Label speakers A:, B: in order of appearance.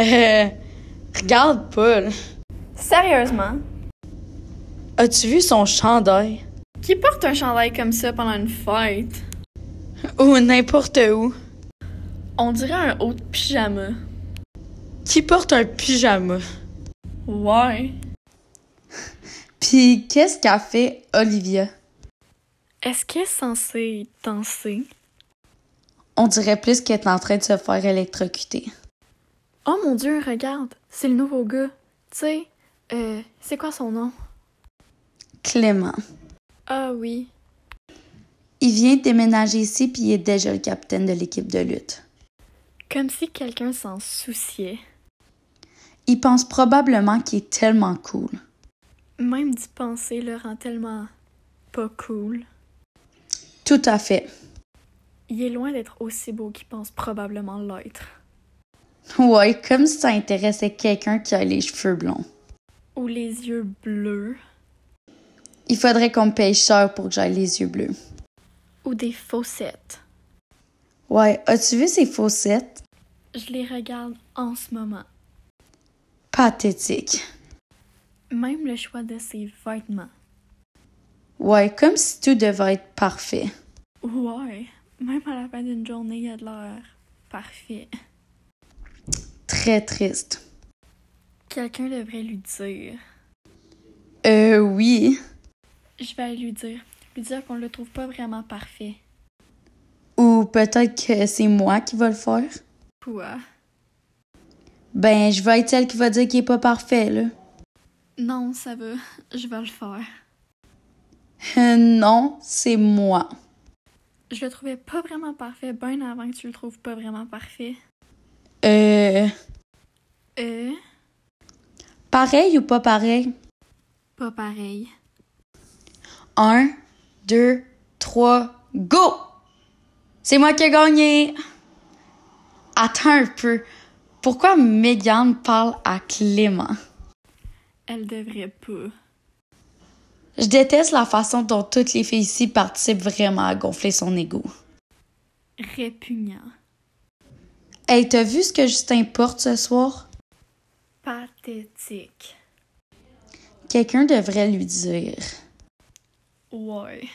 A: Euh, regarde Paul.
B: Sérieusement,
A: As-tu vu son chandail?
B: qui porte un chandail comme ça pendant une fête?
A: Ou n'importe où.
B: On dirait un haut de pyjama.
A: Qui porte un pyjama?
B: Ouais.
A: Puis qu'est-ce qu'a fait Olivia?
B: Est-ce qu'elle est censée danser?
A: On dirait plus qu'elle est en train de se faire électrocuter.
B: Oh mon dieu, regarde, c'est le nouveau gars. Tu sais, euh, c'est quoi son nom?
A: Clément.
B: Ah oui.
A: Il vient de déménager ici puis il est déjà le capitaine de l'équipe de lutte.
B: Comme si quelqu'un s'en souciait.
A: Il pense probablement qu'il est tellement cool.
B: Même d'y penser le rend tellement pas cool.
A: Tout à fait.
B: Il est loin d'être aussi beau qu'il pense probablement l'être.
A: Ouais, comme si ça intéressait quelqu'un qui a les cheveux blonds.
B: Ou les yeux bleus.
A: Il faudrait qu'on me paye cher pour que j'aille les yeux bleus.
B: Ou des faussettes.
A: Ouais, as-tu vu ces faussettes?
B: Je les regarde en ce moment.
A: Pathétique.
B: Même le choix de ses vêtements.
A: Ouais, comme si tout devait être parfait.
B: Ouais. Même à la fin d'une journée, il y a de l'air parfait.
A: Très triste.
B: Quelqu'un devrait lui dire.
A: Euh, oui.
B: Je vais aller lui dire. Lui dire qu'on le trouve pas vraiment parfait.
A: Ou peut-être que c'est moi qui va le faire.
B: Quoi?
A: Ben, je vais être celle qui va dire qu'il est pas parfait, là.
B: Non, ça va. Je vais le faire.
A: Euh, non, c'est moi.
B: Je le trouvais pas vraiment parfait bien avant que tu le trouves pas vraiment parfait.
A: Euh,
B: Euh,
A: pareil ou pas pareil?
B: pas pareil.
A: Un, deux, trois, go! C'est moi qui ai gagné! Attends un peu. Pourquoi Megan parle à Clément?
B: Elle devrait pas.
A: Je déteste la façon dont toutes les filles ici participent vraiment à gonfler son ego.
B: Répugnant.
A: Hey, t'as vu ce que Justin porte ce soir?
B: Pathétique.
A: Quelqu'un devrait lui dire.
B: Ouais.